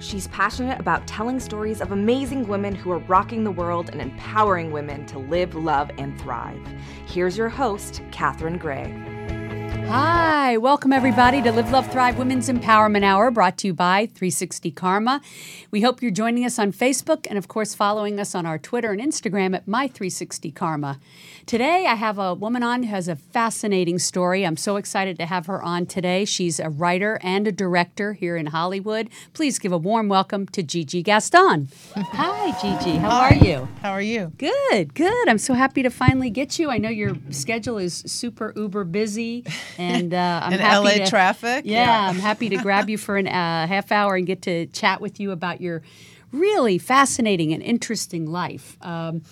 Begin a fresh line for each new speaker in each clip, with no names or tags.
She's passionate about telling stories of amazing women who are rocking the world and empowering women to live, love, and thrive. Here's your host, Katherine Gray.
Hi, welcome everybody to Live, Love, Thrive Women's Empowerment Hour brought to you by 360 Karma. We hope you're joining us on Facebook and, of course, following us on our Twitter and Instagram at My360Karma. Today, I have a woman on who has a fascinating story. I'm so excited to have her on today. She's a writer and a director here in Hollywood. Please give a warm welcome to Gigi Gaston. Hi, Gigi. How are you?
How are you?
Good, good. I'm so happy to finally get you. I know your schedule is super uber busy, and uh, I'm
In
happy
LA
to-
traffic?
Yeah,
Yeah.
I'm happy to grab you for an uh, half hour and get to chat with you about your really fascinating and interesting life. Um,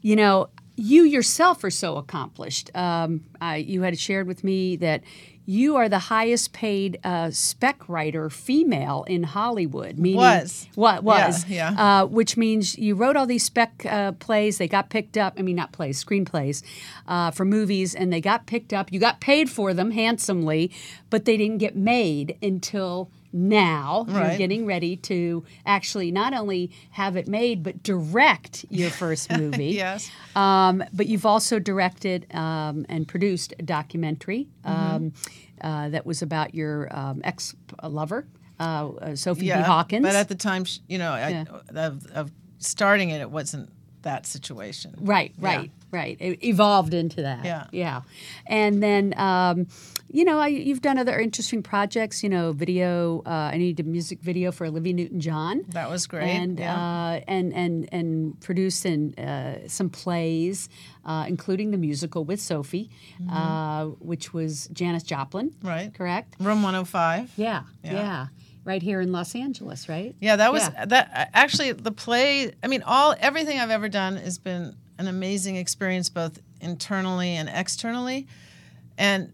you know, you yourself are so accomplished. Um, uh, you had shared with me that. You are the highest paid uh, spec writer female in Hollywood. Meaning,
Was.
What
Yeah,
was.
yeah.
Uh, which means you wrote all these spec uh, plays. They got picked up. I mean, not plays, screenplays uh, for movies, and they got picked up. You got paid for them handsomely, but they didn't get made until now. You're
Right.
getting ready to actually not only have it made, but direct your first movie.
Yes.
Um, but you've also directed um, and produced a documentary
Mm-hmm.
um, uh, that was about your um, ex lover, uh, uh, Sophie B. Hawkins.
But at the time, sh- you know, I, of, of starting it, it wasn't that situation.
Right,
Yeah.
right, right. It evolved into that.
Yeah.
yeah. And then, um, you know, I, you've done other interesting projects. You know, video. Uh, I need a music video for Olivia Newton-John.
That was great.
And
yeah.
uh, and and and produced in uh, some plays, uh, including the musical with Sophie,
Mm-hmm.
uh, which was Janis Joplin.
Right.
Correct.
Room 105.
Yeah, yeah.
Yeah.
Right here in Los Angeles. Right.
Yeah, that was
Yeah.
that. Actually, the play. I mean, all everything I've ever done has been an amazing experience, both internally and externally. And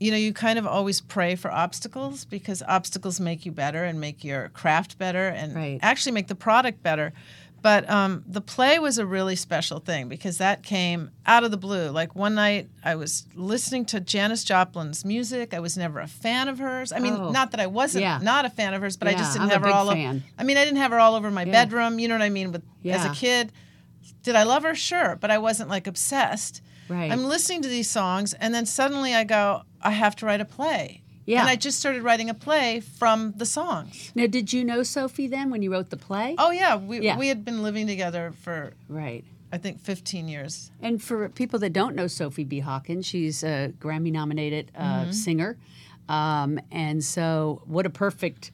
you know, you kind of always pray for obstacles because obstacles make you better and make your craft better and
Right.
actually make the product better. But um, the play was a really special thing because that came out of the blue. Like one night, I was listening to Janis Joplin's music. I was never a fan of hers. I mean,
Oh.
not that I wasn't
Yeah.
not a fan of hers, but
Yeah,
I just
I'm
didn't
a
have her
big
all over.
fan.
I mean, I didn't have her all over my
Yeah.
bedroom. You know what I mean? With as
Yeah.
a kid, did I love her? Sure, but I wasn't like obsessed.
Right.
I'm listening to these songs, and then suddenly I go, I have to write a play.
Yeah.
And I just started writing a play from the songs.
Now, did you know Sophie then when you wrote the play?
Oh yeah, we
Yeah.
we had been living together for
Right.
I think 15 years.
And for people that don't know Sophie B. Hawkins, she's a Grammy nominated uh,
Mm-hmm.
singer. Um, and so, what a perfect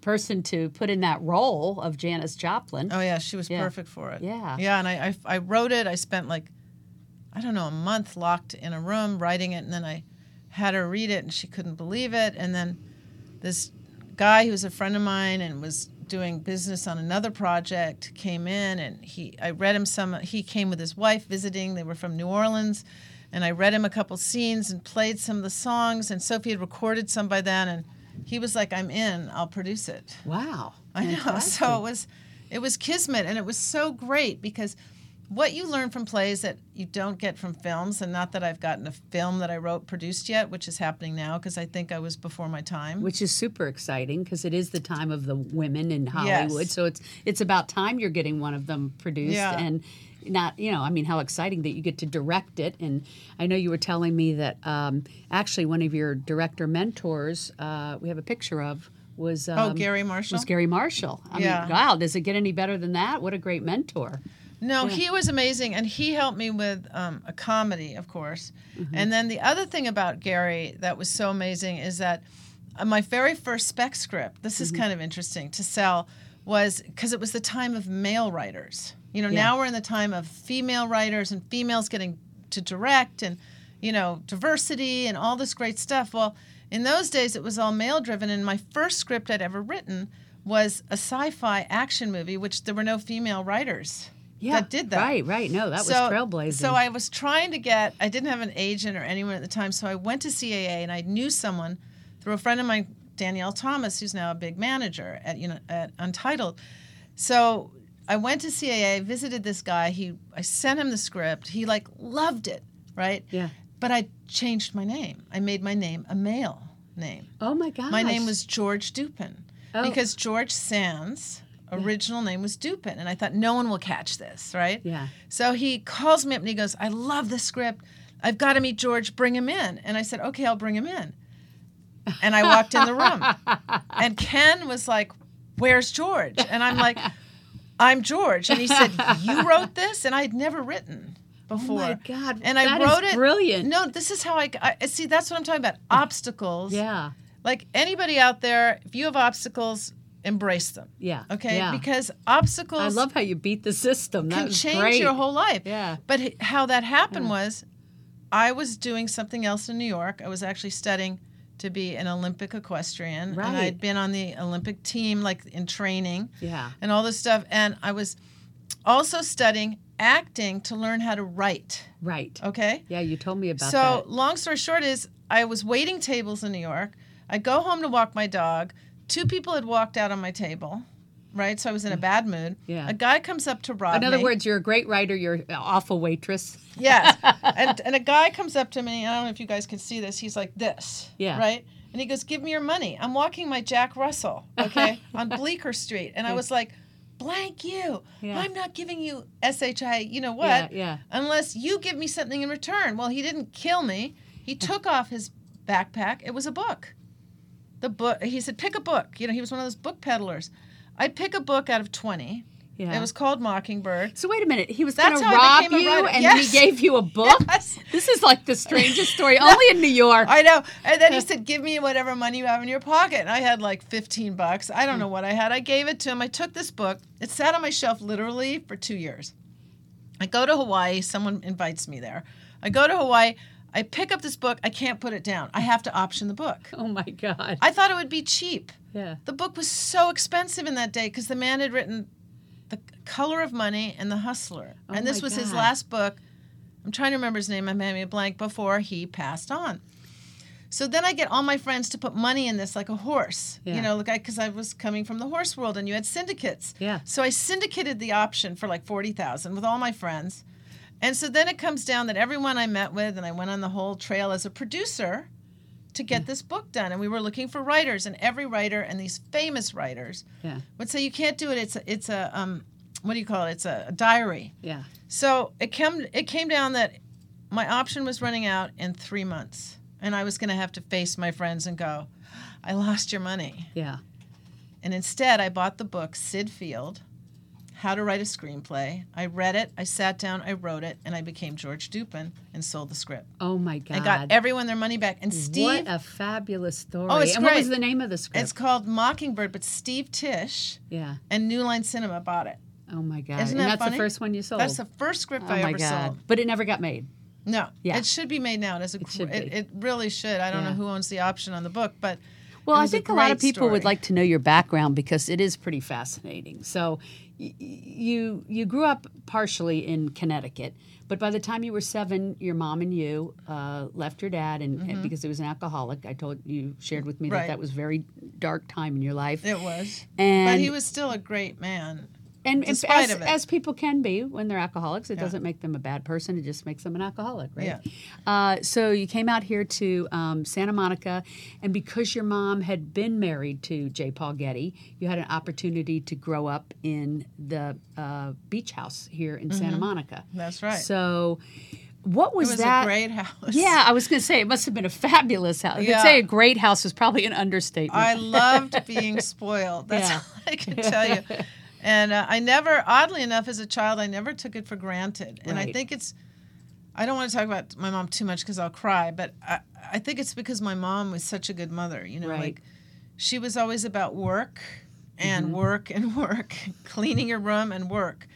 person to put in that role of Janis Joplin.
Oh yeah, she was
Mm-hmm. Yeah.
perfect for it.
Yeah.
Yeah, and I, I I wrote it. I spent like I don't know a month locked in a room writing it, and then I had her read it, and she couldn't believe it. And then this guy who's a friend of mine and was doing business on another project came in, and he I read him some. He came with his wife visiting. They were from New Orleans. And I read him a couple scenes and played some of the songs. And Sophie had recorded some by then. And he was like, I'm in, I'll produce it.
Wow.
I know.
Fantastic.
So it was, it was kismet, and it was so great because what you learn from plays that you don't get from films, and not that I've gotten a film that I wrote produced yet, which is happening now because I think I was before my time.
Which is super exciting because it is the time of the women in Hollywood. So it's it's about time you're getting one of them produced
Yeah.
and not you know I mean how exciting that you get to direct it. And I know you were telling me that um, actually one of your director mentors uh, we have a picture of was um,
oh, Gary Marshall.
was Gary Marshall. I
Yeah.
mean, wow, does it get any better than that? What a great mentor.
No, he was amazing, and he helped me with um, a comedy, of course. And then the other thing about Gary that was so amazing is that uh, my very first spec script, this is kind of interesting to sell, was because it was the time of male writers. You know, now we're in the time of female writers and females getting to direct and, you know, diversity and all this great stuff. Well, in those days, it was all male driven, and my first script I'd ever written was a sci fi action movie, which there were no female writers that did that.
Right, right. No, that was trailblazing.
So I was trying to get, I didn't have an agent or anyone at the time, so I went to CAA and I knew someone through a friend of mine, Danielle Thomas, who's now a big manager at you know at Untitled. So I went to CAA, visited this guy. He, I sent him the script. He like loved it, right?
Yeah.
But I changed my name. I made my name a male name.
oh my gosh.
My name was George Dupin.
Oh.
because George Sands' original name was Dupin, and I thought no one will catch this, right?
Yeah.
So he calls me up and he goes, "I love the script. I've got to meet George. Bring him in." And I said, "Okay, I'll bring him in." And I walked in the room, and Ken was like, "Where's George?" And I'm like, "I'm George." And he said, "You wrote this?" And I'd never written before.
Oh God,
And
that
I
is
wrote it.
brilliant.
No, this is how I, I see. That's what I'm talking about. Obstacles.
Yeah.
Like anybody out there, if you have obstacles, embrace them.
Yeah.
Okay.
Yeah.
Because obstacles
I love how you beat the system. That
can
was
change
great.
your whole life.
Yeah.
But h- how that happened was I was doing something else in New York. I was actually studying to be an Olympic equestrian.
Right.
And I'd been on the Olympic team, like in training
Yeah.
and all this stuff. And I was also studying acting to learn how to write.
Right.
Okay.
Yeah, you told me about
So, long story short is I was waiting tables in New York. I go home to walk my dog. Two people had walked out on my table, right? So I was in a bad mood.
Mm. Yeah.
A guy comes up to rob
that. In other
me.
words, you're a great writer. You're an awful waitress.
yes. And and a guy comes up to me. and I don't know if you guys can see this. He's like this.
Yeah.
Right. And he goes, "Give me your money." I'm walking my Jack Russell, okay, on Bleecker Street, and I was like, "Blank you!
Yeah.
I'm not giving you shi. You know what?
Yeah, yeah.
unless you give me something in return. Well, he didn't kill me. He took off his backpack. It was a book. The book. He said, "Pick a book." You know, he was one of those book peddlers. I pick a book out of twenty.
Yeah.
It was called Mockingbird.
so wait a minute. He was going
That's
to
how I
rob
became a
you,
writer.
and
Yes.
he gave you a book.
Yes.
This is like the strangest story. Only in New York.
I know. And then he said, "Give me whatever money you have in your pocket." And I had like 15 bucks. I don't know what I had. I gave it to him. I took this book. It sat on my shelf literally for 2 years. I go to Hawaii, someone invites me there. I go to Hawaii, I pick up this book. I can't put it down. I have to option the book.
oh my God.
I thought it would be cheap.
yeah.
The book was so expensive in that day because the man had written The Color of Money and The Hustler.
Oh
and this
my
was his
God.
last book. I'm trying to remember his name. I'm having a blank before he passed on. So then I get all my friends to put money in this like a horse.
Yeah.
You know, like I because I was coming from the horse world and you had syndicates.
Yeah.
So I syndicated the option for like 40,000 with all my friends. And so then it comes down that everyone I met with and I went on the whole trail as a producer to get this book done and we were looking for writers and every writer and these famous writers
Yeah.
would say you can't do it it's a, it's a um what do you call it it's a, a diary.
Yeah.
So it came it came down that my option was running out in 3 months and I was going to have to face my friends and go I lost your money.
Yeah.
And instead, I bought the book Sid Field, How to Write a Screenplay. I read it, I sat down, I wrote it, and I became George Dupin and sold the script.
Oh my God.
I got everyone their money back. And Steve, Oh,
What a fabulous story.
it's
and what was
great.
the name of the script?
it's called Mockingbird, but Steve Tish
yeah.
and New Line Cinema bought it.
Oh my God.
Isn't
and
that
that's the
funny?
first one you sold.
That's the first script
oh
I
my
ever
God.
sold.
But it never got made.
No,
Yeah.
it should be made now. It, is a,
should
gr- it,
be.
it really should. I don't
Yeah.
know who owns the option on the book, but
Well,
It
I
was a
think a, lot of
great
people would
story.
like to know your background because it is pretty fascinating. So, y- y- you you grew up partially in Connecticut, but by the time you were seven, your mom and you uh, left your dad, and, and because he was an alcoholic, I told you shared with me that
Mm-hmm. Right.
that was a very dark time in your life.
it was.
and
but he was still a great man.
and, and
despite
as,
of it.
as people can be when they're alcoholics, it doesn't make them a bad person. It just makes them an alcoholic, right?
Yeah.
Uh, so you came out here to um, Santa Monica, and because your mom had been married to J. Paul Getty, you had an opportunity to grow up in the uh, beach house here in Santa Monica.
Mm-hmm. That's right.
So, what was,
It was
that?
a great house.
yeah, I was going to say it must have been a fabulous house.
Yeah.
I'd say a great house is probably an understatement.
I loved being spoiled. That's
Yeah.
all I can tell you. And uh, I never, oddly enough, as a child, I never took it for granted. And I
Right.
think it's, I don't want to talk about my mom too much because I'll cry, but I, I think it's because my mom was such a good mother. You know,
Right.
like she was always about work and
Mm-hmm.
work and work, cleaning your room and work.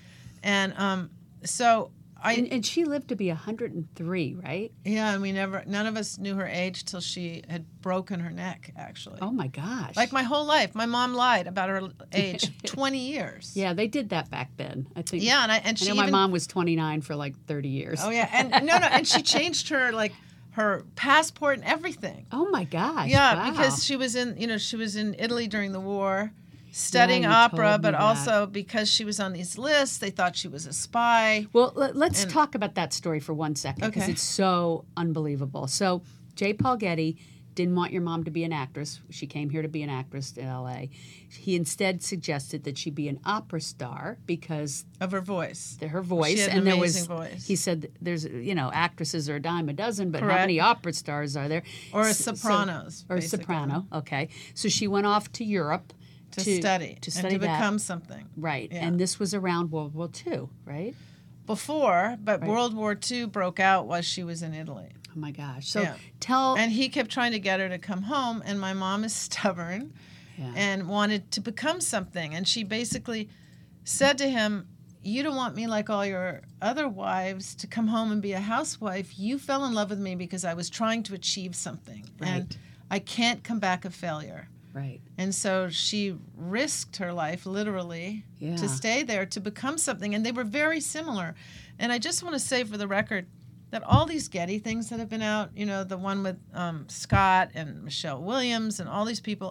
And um, so I,
and, and she lived to be 103, right?
yeah, and we never, none of us knew her age till she had broken her neck, actually.
Oh my gosh.
Like my whole life, my mom lied about her age, twenty years.
Yeah, they did that back then. I think.
yeah, and I and
I
she
know
even,
my mom was 29 for like 30 years.
Oh yeah, and no, no, and she changed her like her passport and everything.
Oh my gosh.
Yeah,
wow.
because she was in you know she was in Italy during the war, studying
you
opera,
told me
but
that.
also because she was on these lists, they thought she was a spy.
Well, let, us talk about that story for one second because
Okay.
it's so unbelievable. So, J. Paul Getty didn't want your mom to be an actress. She came here to be an actress in LA. He instead suggested that she be an opera star because
of her voice.
the- her voice
had an
and there was
amazing voice.
he said th- there's you know actresses are a dime a dozen but how
Correct.
many opera stars are there
Or a
S- so-
sopranos,
or a
basically.
soprano okay so she went off to Europe
To, study
to study
and to
that
become something.
right
yeah.
and this was around World War II right
Before, but World War II broke out while she was in Italy.
oh my gosh so
Yeah.
tell
And he kept trying to get her to come home, and my mom is stubborn
Yeah.
and wanted to become something. And she basically said to him, You don't want me like all your other wives to come home and be a housewife. You fell in love with me because I was trying to achieve something.
Right.
And I can't come back a failure.
right
And so she risked her life literally
Yeah.
to stay there to become something. And they were very similar. And I just want to say for the record that all these Getty things that have been out, you know, the one with um, Scott and Michelle Williams and all these people,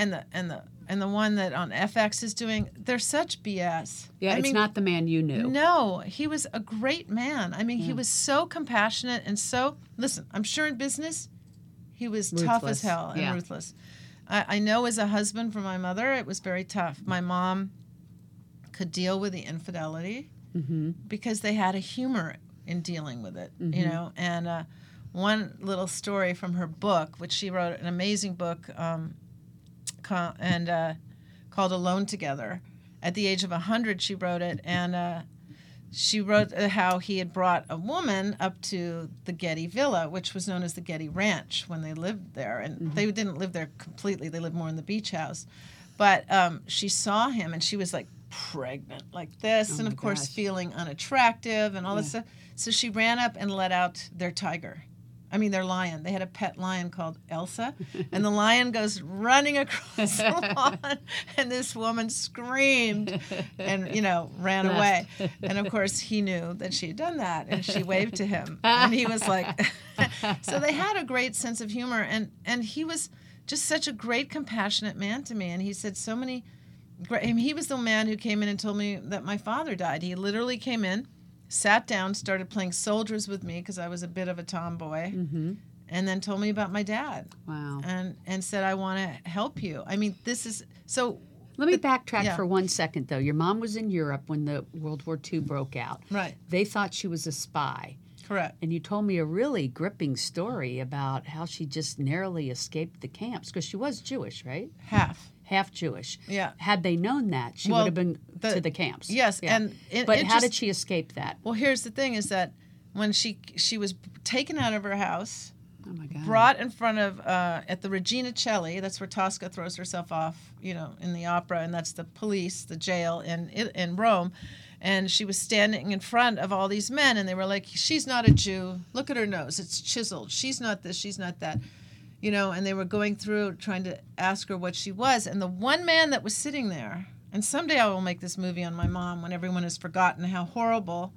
and the and the and the one that on FX is doing, they're such BS.
yeah
I
it's
mean,
not the man you knew
no, he was a great man. I mean, he was so compassionate and so. Listen, I'm sure in business, he was tough
Ruthless,
as hell and
yeah.
ruthless. I, I know as a husband for my mother, it was very tough. My mom could deal with the infidelity
Mm-hmm.
because they had a humor in dealing with it, you know. And uh, one little story from her book, which she wrote an amazing book, um, co- and uh, called "Alone Together." At the age of hundred, she wrote it, and uh, she wrote uh, how he had brought a woman up to the Getty Villa, which was known as the Getty Ranch when they lived there, and
Mm-hmm.
they didn't live there completely; they lived more in the beach house. But um, she saw him, and she was like pregnant, like this, and
Oh my
of course
gosh.
feeling unattractive and all that stuff. So she ran up and let out their tiger. I mean, their lion. They had a pet lion called Elsa, and the lion goes running across the lawn, and this woman screamed and, you know, ran away. And of course, he knew that she had done that, and she waved to him. And he was like, so they had a great sense of humor, and, and he was just such a great, compassionate man to me. And he said so many great. and He was the man who came in and told me that my father died. He literally came in, sat down, started playing soldiers with me because I was a bit of a tomboy, and then told me about my dad
wow
and and said I want to help you. I mean, this is so
Let me backtrack
yeah.
for one second, though. Your mom was in Europe when the World War II broke out.
Right.
They thought she was a spy.
correct.
And you told me a really gripping story about how she just narrowly escaped the camps because she was Jewish, right?
Half.
Half Jewish.
Yeah.
Had they known that, she
Well,
would have been
the-
to the camps.
yes, and it-
but
it
how
just-
did she escape that?
Well, here's the thing: is that when she she was taken out of her house,
Oh my God.
brought in front of uh, at the Regina Celli. That's where Tosca throws herself off, you know, in the opera, and that's the police, the jail in in Rome. And she was standing in front of all these men, and they were like, "She's not a Jew. Look at her nose; it's chiseled. She's not this. She's not that." You know, and they were going through trying to ask her what she was. And the one man that was sitting there, and someday I will make this movie on my mom when everyone has forgotten how horrible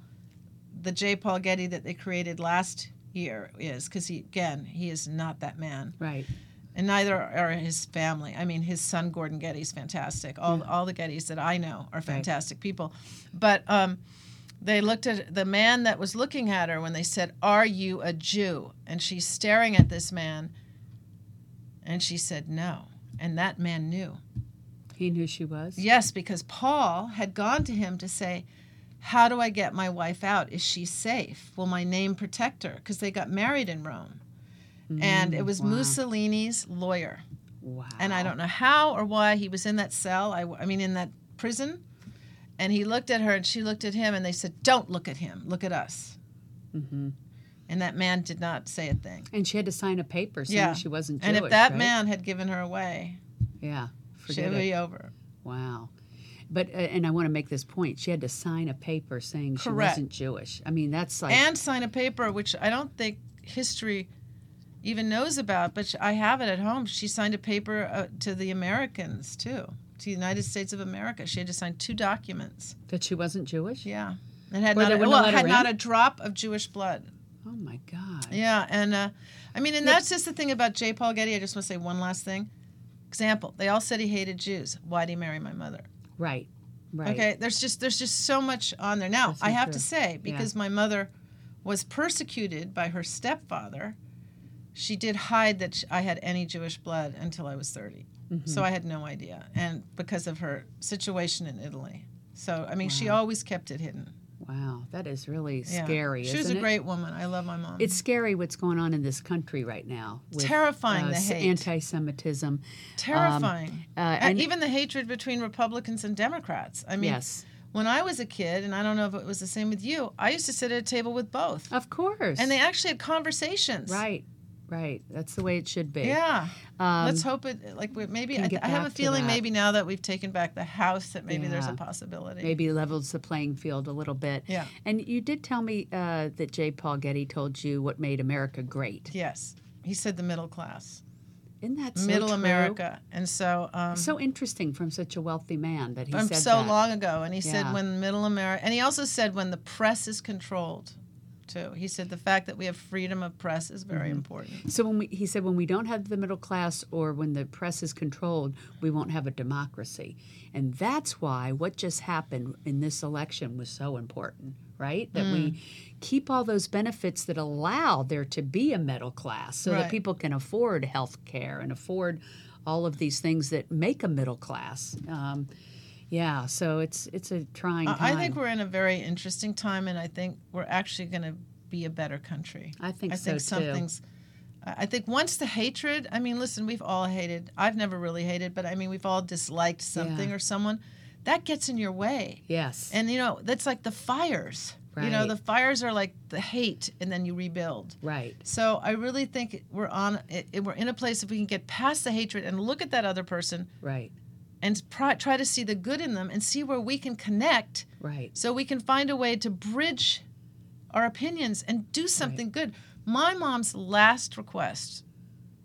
the J. Paul Getty that they created last year is because he again he is not that man
Right.
and neither are his family i mean his son gordon getty's fantastic all, all the gettys that i know are fantastic people but um, they looked at the man that was looking at her when they said are you a jew and she's staring at this man and she said no and that man knew
He knew she was.
Yes, because Paul had gone to him to say, How do I get my wife out? Is she safe? Will my name protect her? Because they got married in Rome. and it was Mussolini's lawyer.
Mm, Wow.
And I don't know how or why he was in that cell, I, I mean, in that prison. And he looked at her and she looked at him and they said, Don't look at him, look at us.
Mm-hmm.
And that man did not say a thing.
And she had to sign a paper saying
Yeah.
she wasn't Jewish.
And if that
right?
man had given her away,
Yeah.
she
Forget
would
it.
be over.
Wow. But uh, and I want to make this point. She had to sign a paper saying
Correct.
she wasn't Jewish. I mean, that's like
and sign a paper, which I don't think history even knows about, but sh- I have it at home. She signed a paper uh, to the Americans too, to the United States of America. She had to sign two documents.
that she wasn't Jewish.
Yeah, and had
Where
not
they
a,
wouldn't
well,
let her
had not
in?
a drop of Jewish blood.
Oh my God.
Yeah, and uh, I mean, and that's just the thing about J. Paul Getty. I just want to say one last thing. Example: They all said he hated Jews. Why would he marry my mother?
Right. Right.
Okay, there's just there's just so much on there. Now I
not
have
true.
to say because my mother was persecuted by her stepfather, she did hide that sh I had any Jewish blood until I was 30.
Mm-hmm.
So I had no idea. And because of her situation in Italy. So, I mean, she always kept it hidden.
Wow, that is really
Yeah.
scary.
She was
isn't
a
it?
great woman. I love my mom.
It's scary what's going on in this country right now. With, uh,
Terrifying, the
s-
hate.
anti-Semitism.
terrifying.
uh,
and,
um, and-
even the hatred between Republicans and Democrats. I mean,
yes,
when I was a kid, and I don't know if it was the same with you, I used to sit at a table with both.
of course.
and they actually had conversations.
right, right. That's the way it should be.
Yeah.
Um,
Let's hope it, like, we- maybe,
can
I,
get
I have
back
a
to
feeling
that.
maybe now that we've taken back the House that maybe there's
Yeah.
a possibility.
maybe levels the playing field a little bit.
Yeah.
And you did tell me uh, that J. Paul Getty told you what made America great.
Yes. He said the middle class,
Isn't that so
middle
true?
America. And so, um,
So interesting from such a wealthy man that he
from
said
so
that.
long ago. And he
Yeah.
said when middle America, and he also said when the press is controlled, too. He said the fact that we have freedom of press is
Mm-hmm.
very important.
So when we, he said, when we don't have the middle class or when the press is controlled, we won't have a democracy, and that's why what just happened in this election was so important, right? That
Mm.
we keep all those benefits that allow there to be a middle class, so that
Right.
people can afford health care and afford all of these things that make a middle class. Um, yeah, so it's it's a trying time.
I I think we're in a very interesting time, and I think we're actually going to be a better country.
I think
I
so,
think
too.
something's. I I think once the hatred, I mean, listen, we've all hated. I've never really hated, but I mean, we've all disliked something
Yeah.
or someone. That gets in your way.
yes,
And you know, that's like the fires. You know,
Right.
the fires are like the hate, and then you rebuild.
right.
So I really think we're on. i- i- We're in a place if we can get past the hatred and look at that other person
Right,
and pr- try to see the good in them and see where we can connect,
right.
so we can find a way to bridge our opinions and do something good. My mom's last request,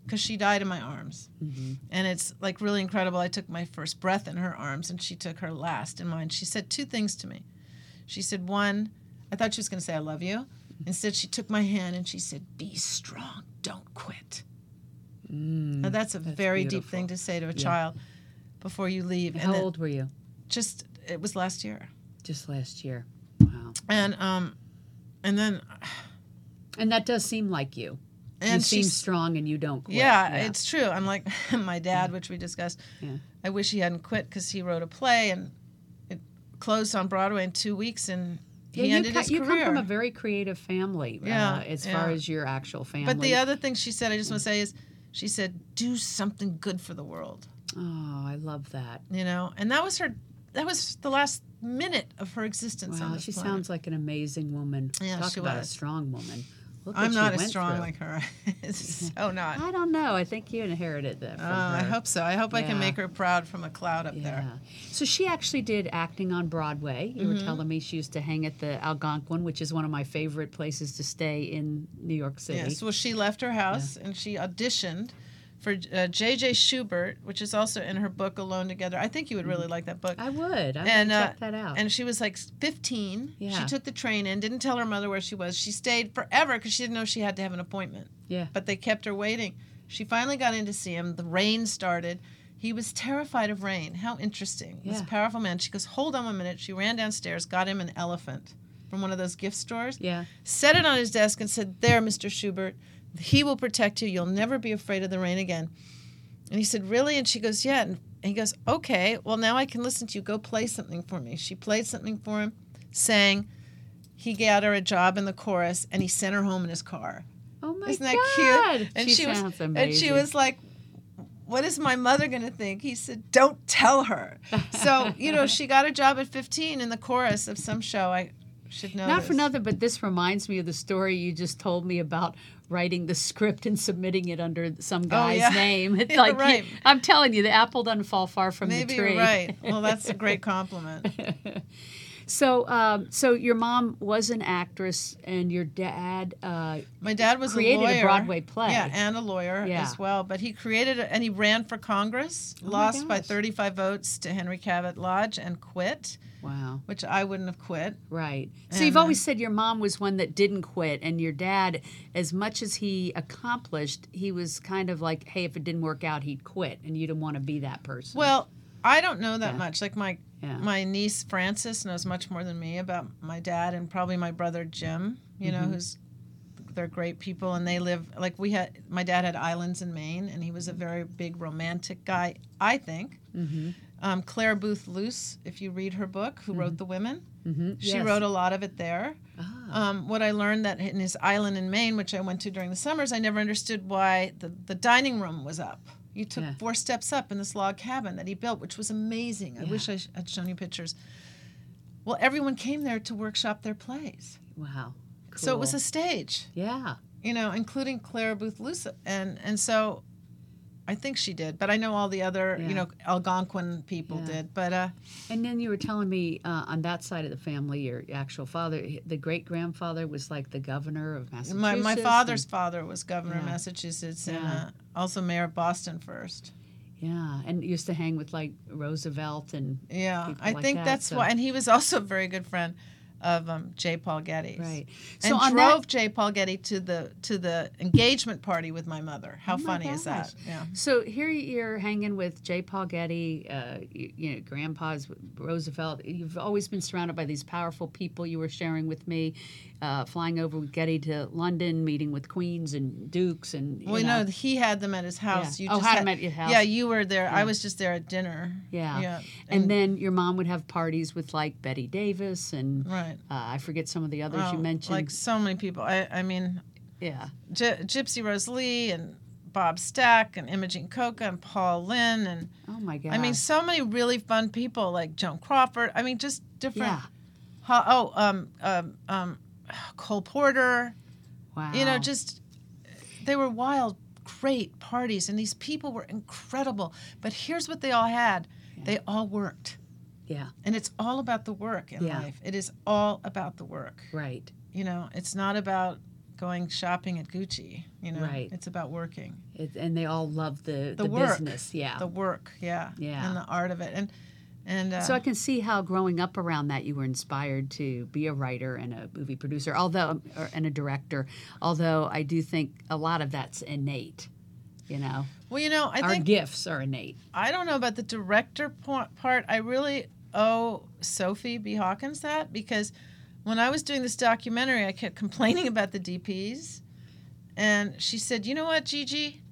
because she died in my arms,
Mm-hmm.
and it's like really incredible. I took my first breath in her arms, and she took her last in mine. She said two things to me. She said, one, I thought she was going to say, I love you. Instead, she took my hand and she said, Be strong, don't quit.
Mm.
now, that's a very deep thing to say to a child before you leave.
How
then
old were you?
Just, it was last year.
Just last year. Wow.
And, um, and then,
And that does seem like you. you
and
seem
she's,
strong and you don't quit.
yeah, it's true. I'm like my dad, which we discussed.
Yeah.
I wish he hadn't quit because he wrote a play and it closed on Broadway in two weeks and
Yeah,
he
you,
ended
co-
his
you
career.
come from a very creative family uh,
Yeah,
as far
yeah.
as your actual family.
But the other thing she said, I just want to say is, she said, "Do something good for the world,"
Oh, I love that.
you know, and that was her. That was the last minute of her existence. on
Wow,
this
she
planet.
sounds like an amazing woman.
Yeah,
Talk
she
about a
was.
strong woman. Look what
I'm
she
not as
went
strong
through.
like her. it's so not.
I don't know. I think you inherited that from
Oh, I
her.
hope so. I hope I
Yeah.
can make her proud from a cloud up
Yeah.
there.
So she actually did acting on Broadway. You
Mm-hmm.
were telling me she used to hang at the Algonquin, which is one of my favorite places to stay in New York City.
Yes. Well, she left her house and she auditioned for uh, J.J. Schubert, which is also in her book Alone Together. I think you would
Mm.
really like that book.
I would. I would
and uh,
check that out.
And she was like 15.
Oh. Yeah.
She took the train in, didn't tell her mother where she was. She stayed forever because she didn't know she had to have an appointment.
yeah.
But they kept her waiting. She finally got in to see him. The rain started. He was terrified of rain. How interesting. This
Yeah.
powerful man. She goes, Hold on one minute. She ran downstairs, got him an elephant from one of those gift stores,
Yeah.
set it on his desk, and said, There, Mr. Schubert, he will protect you. You'll never be afraid of the rain again. And he said, Really? And she goes, Yeah. And he goes, Okay, well, now I can listen to you. Go play something for me. She played something for him, sang. He got her a job in the chorus, and he sent her home in his car.
Oh my
Isn't that
God.
cute? And
she,
she, was,
sounds amazing.
And she was like, "What is my mother going to think?" He said, "Don't tell her." So you know, she got a job at 15 in the chorus of some show. I should know.
not
this.
for nothing, but this reminds me of the story you just told me about writing the script and submitting it under some guy's
Oh, yeah.
name. It's
You're
like you-
right.
I'm telling you, the apple doesn't fall far from
Maybe
the tree.
you're right. Well, that's a great compliment.
So, um, so your mom was an actress, and your dad. Uh,
My dad was
Created a
a lawyer,
Broadway play.
Yeah, and a lawyer
Yeah. Oh
as well. But he created a, and he ran for Congress, lost by
gosh.
35 votes to Henry Cabot Lodge, and quit,
wow.
which I wouldn't have quit.
Right. So
uh,
you've always said your mom was one that didn't quit, and your dad, as much as he accomplished, he was kind of like, hey, if it didn't work out, he'd quit, and you didn't want to be that person.
Well, I don't know that much. Like my
Yeah.
my niece
Mm-hmm.
Frances knows much more than me about my dad and probably my brother Jim. You know, who's They're great people, and they live like we had. My dad had islands in Maine, and he was a very big romantic guy. I think.
Mm-hmm.
Um, Claire Booth Luce, if you read her book, who wrote The Women, she
Mm-hmm. Yes. Ah,
wrote a lot of it there. Um, what I learned that in his island in Maine, which I went to during the summers, I never understood why the, the dining room was up. You took
Yeah.
four steps up in this log cabin that he built, which was amazing. I
Yeah.
wish I sh- had shown you pictures. Well, everyone came there to workshop their plays.
Wow.
So it was
Cool.
a stage,
yeah.
you know, including Clara Booth Luce. And, and so I think she did, but I know all the other,
Yeah.
you know, Algonquin people
Yeah.
did. But uh,
And then you were telling me uh, on that side of the family, your actual father, the great grandfather was like the governor of Massachusetts.
my, my
and-
father's father was governor of
Yeah.
Massachusetts and
Yeah.
uh, also mayor of Boston first.
yeah, and used to hang with like Roosevelt and
Yeah,
people
I
like
think
that,
that's
so-
why. And he was also a very good friend of um, J. Paul Getty.
right.
And
on
drove J. Paul Getty to the to the engagement party with my mother. How
Oh my
funny is
gosh.
that? Yeah.
So here you're hanging with J. Paul Getty, uh, you, you know, grandpas, Roosevelt. You've always been surrounded by these powerful people you were sharing with me, uh, flying over with Getty to London, meeting with queens and dukes and, you
Well, you
know.
know, he had them at his house.
Yeah.
You
Oh,
just
had them at your house.
Yeah, you were there. I was just there at dinner.
yeah.
Yeah.
And, then your mom would have parties with like Betty Davis and
Right.
uh, I forget some of the others you
Oh,
mentioned.
like so many people. I I mean,
yeah.
Gy- Gypsy Rose Lee and Bob Stack and Imogene Coca and Paul Lynn and
Oh my gosh.
I mean so many really fun people like Joan Crawford. I mean just different.
yeah.
Ho- Oh, um, um, um, Cole Porter.
Wow.
You know, just they were wild, great parties, and these people were incredible. But here's what they all had: they all worked,
yeah.
and it's all about the work in
Yeah.
life. It is all about the work.
Right.
You know, it's not about going shopping at Gucci. You know,
Right.
it's about working,
It, and they all love the the,
The work.
business. Yeah.
the work, yeah,
Uh, Yeah.
and the art of it, and and uh,
So I can see how growing up around that you were inspired to be a writer and a movie producer, although or, and a director. Although I do think a lot of that's innate. You know,
well, you know, I
our
think
gifts are innate.
I don't know about the director po- part. I really owe Sophie B. Hawkins that because when I was doing this documentary, I kept complaining about the DPs, and she said, "You know what, Gigi?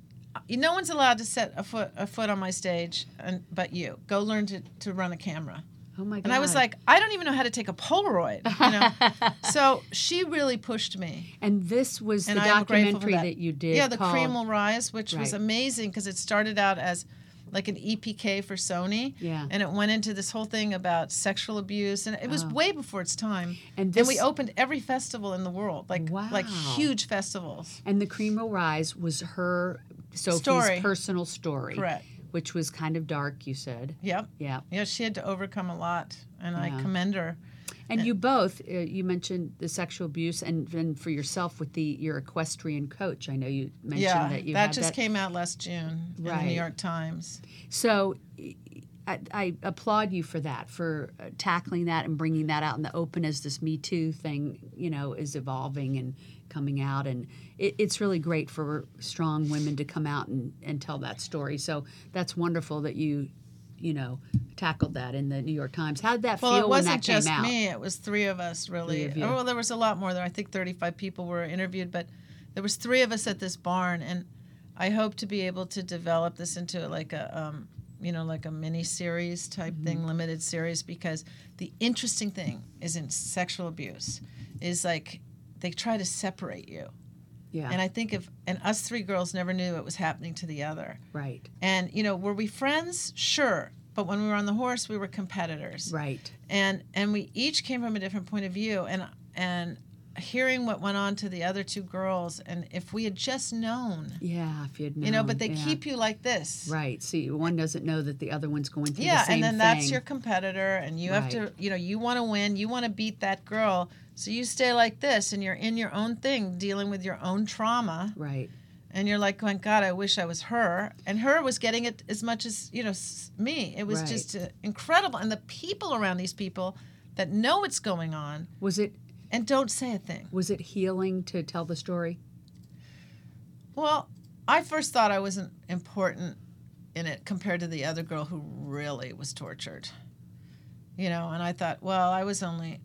You- No one's allowed to set a foot a foot on my stage, and but you go learn to, to run a camera."
Oh my god!
And I was like, "I don't even know how to take a Polaroid," you know. so she really pushed me
and this was the
and I'm grateful for
documentary that.
that.
you did.
yeah, the
called,
cream will rise, which was
Right.
amazing because it started out as like an EPK for Sony.
Yeah.
And it went into this whole thing about sexual abuse, and it was
Oh.
way before its time.
And
Then we
this-
opened every festival in the world, like like
Wow.
huge festivals.
And the cream will rise was her Sophie's
Story.
personal story,
Correct.
Which was kind of dark. You said,
Yep.
yeah.
Yeah, she had to overcome a lot, and
Yeah.
I commend her.
And you both, uh, you mentioned the sexual abuse, and then for yourself with the your equestrian coach. I know you mentioned
yeah,
that you had
just
that.
came out last June in the
Right.
New York Times.
So I, I applaud you for that, for uh, tackling that and bringing that out in the open as this Me Too thing, you know, is evolving and coming out. And it, it's really great for strong women to come out and, and tell that story. So that's wonderful that you, you know, tackled that in the New York Times. How did that
Well,
feel
it
when
wasn't
that came
just
out?
me. It was three of us, really.
of you.
Oh, well, there was a lot more. There, I think, thirty-five people were interviewed, but there was three of us at this barn, and I hope to be able to develop this into like a, um, you know, like a mini series type
Mm-hmm.
thing, limited series, because the interesting thing is in sexual abuse, is like they try to separate you,
Yeah,
and I think if and us three girls never knew it was happening to the other,
right,
and you know, were we friends? Sure. But when we were on the horse, we were competitors
right.
and and we each came from a different point of view and and hearing what went on to the other two girls and if we had just known
Yeah, if you'd known,
you know but they
Mm, yeah.
keep you like this
Right. See, one doesn't know that the other one's going through
yeah
the same
and then that's
thing.
your competitor and you have to
Right.
you know you want to win you want to beat that girl so you stay like this and you're in your own thing dealing with your own trauma
right.
and you're like going god i wish i was her and her was getting it as much as you know s- me it was
Right.
just uh, incredible and the people around these people that know what's going on
Was it
and don't say a thing
was it healing to tell the story?
Well, I first thought I wasn't important in it compared to the other girl who really was tortured. You know, and I thought, well, I was only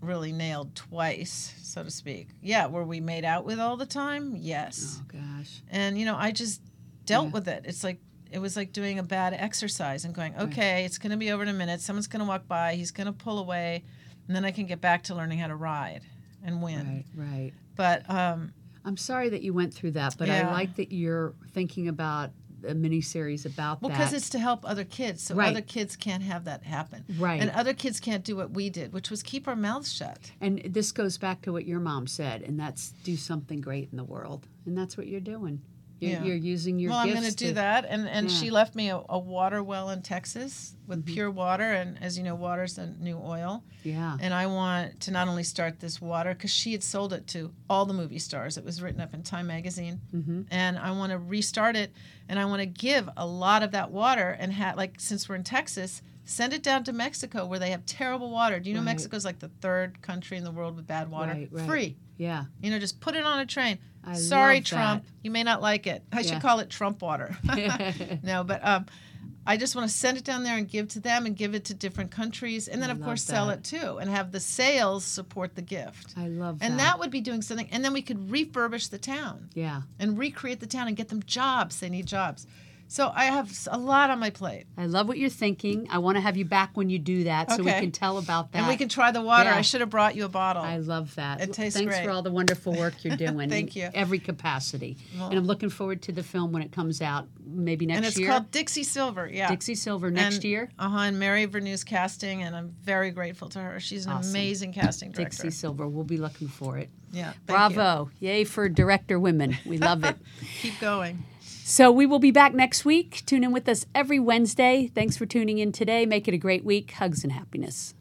really nailed twice, so to speak. Yeah, were we made out with all the time? Yes.
Oh gosh.
And you know, I just dealt with it. It's like it was like doing a bad exercise and going, okay, it's going to be over in a minute. Someone's going to walk by. He's going to pull away, and then I can get back to learning how to ride and win.
Right, right.
But um,
I'm sorry that you went through that, but I
Yeah.
like that you're thinking about a miniseries about
well,
that.
because it's to help other kids, so
Right.
other kids can't have that happen.
Right.
And other kids can't do what we did, which was keep our mouths shut.
and this goes back to what your mom said, and that's do something great in the world, and that's what you're doing. You're,
Yeah.
you're using your
well, I'm
gifts
going to do
to-
that. And and
Yeah. Mm-hmm.
she left me a, a water well in Texas with pure water, and as you know, water's the new oil.
Yeah.
And I want to not only start this water because she had sold it to all the movie stars. It was written up in Time magazine,
Mm-hmm.
and I want to restart it. And I want to give a lot of that water and ha- like since we're in Texas, send it down to Mexico where they have terrible water. Do you know
Right.
Mexico's like the third country in the world with bad water,
Right, right.
free.
Yeah.
You know, just put it on a train.
I
Sorry,
love that.
Trump. You may not like it. I
Yeah.
should call it Trump water. no, but um, I just want to send it down there and give to them and give it to different countries. And then,
I
of
love
course, sell
that.
it too and have the sales support the gift.
I love
and
that.
that would be doing something. And then we could refurbish the town
Yeah.
and recreate the town and get them jobs. They need jobs. So I have s- a lot on my plate.
I love what you're thinking. I want to have you back when you do that so we
Okay.
can tell about that.
And we can try the water.
Yeah.
I should have brought you a bottle.
I love that.
It tastes
Thanks
great.
for all the wonderful work you're doing.
Thank
in
you.
Every capacity. and I'm looking forward to the film when it comes out, maybe next
and it's
year.
called Dixie Silver. Yeah.
Dixie Silver next
and,
year.
Uh huh. And Mary Vernew's casting, and I'm very grateful to her. She's an amazing casting director.
Dixie Silver. We'll be looking for it.
Yeah. thank you.
Bravo. Yay for director women. We love it.
Keep going.
So we will be back next week. Tune in with us every Wednesday. Thanks for tuning in today. Make it a great week. Hugs and happiness.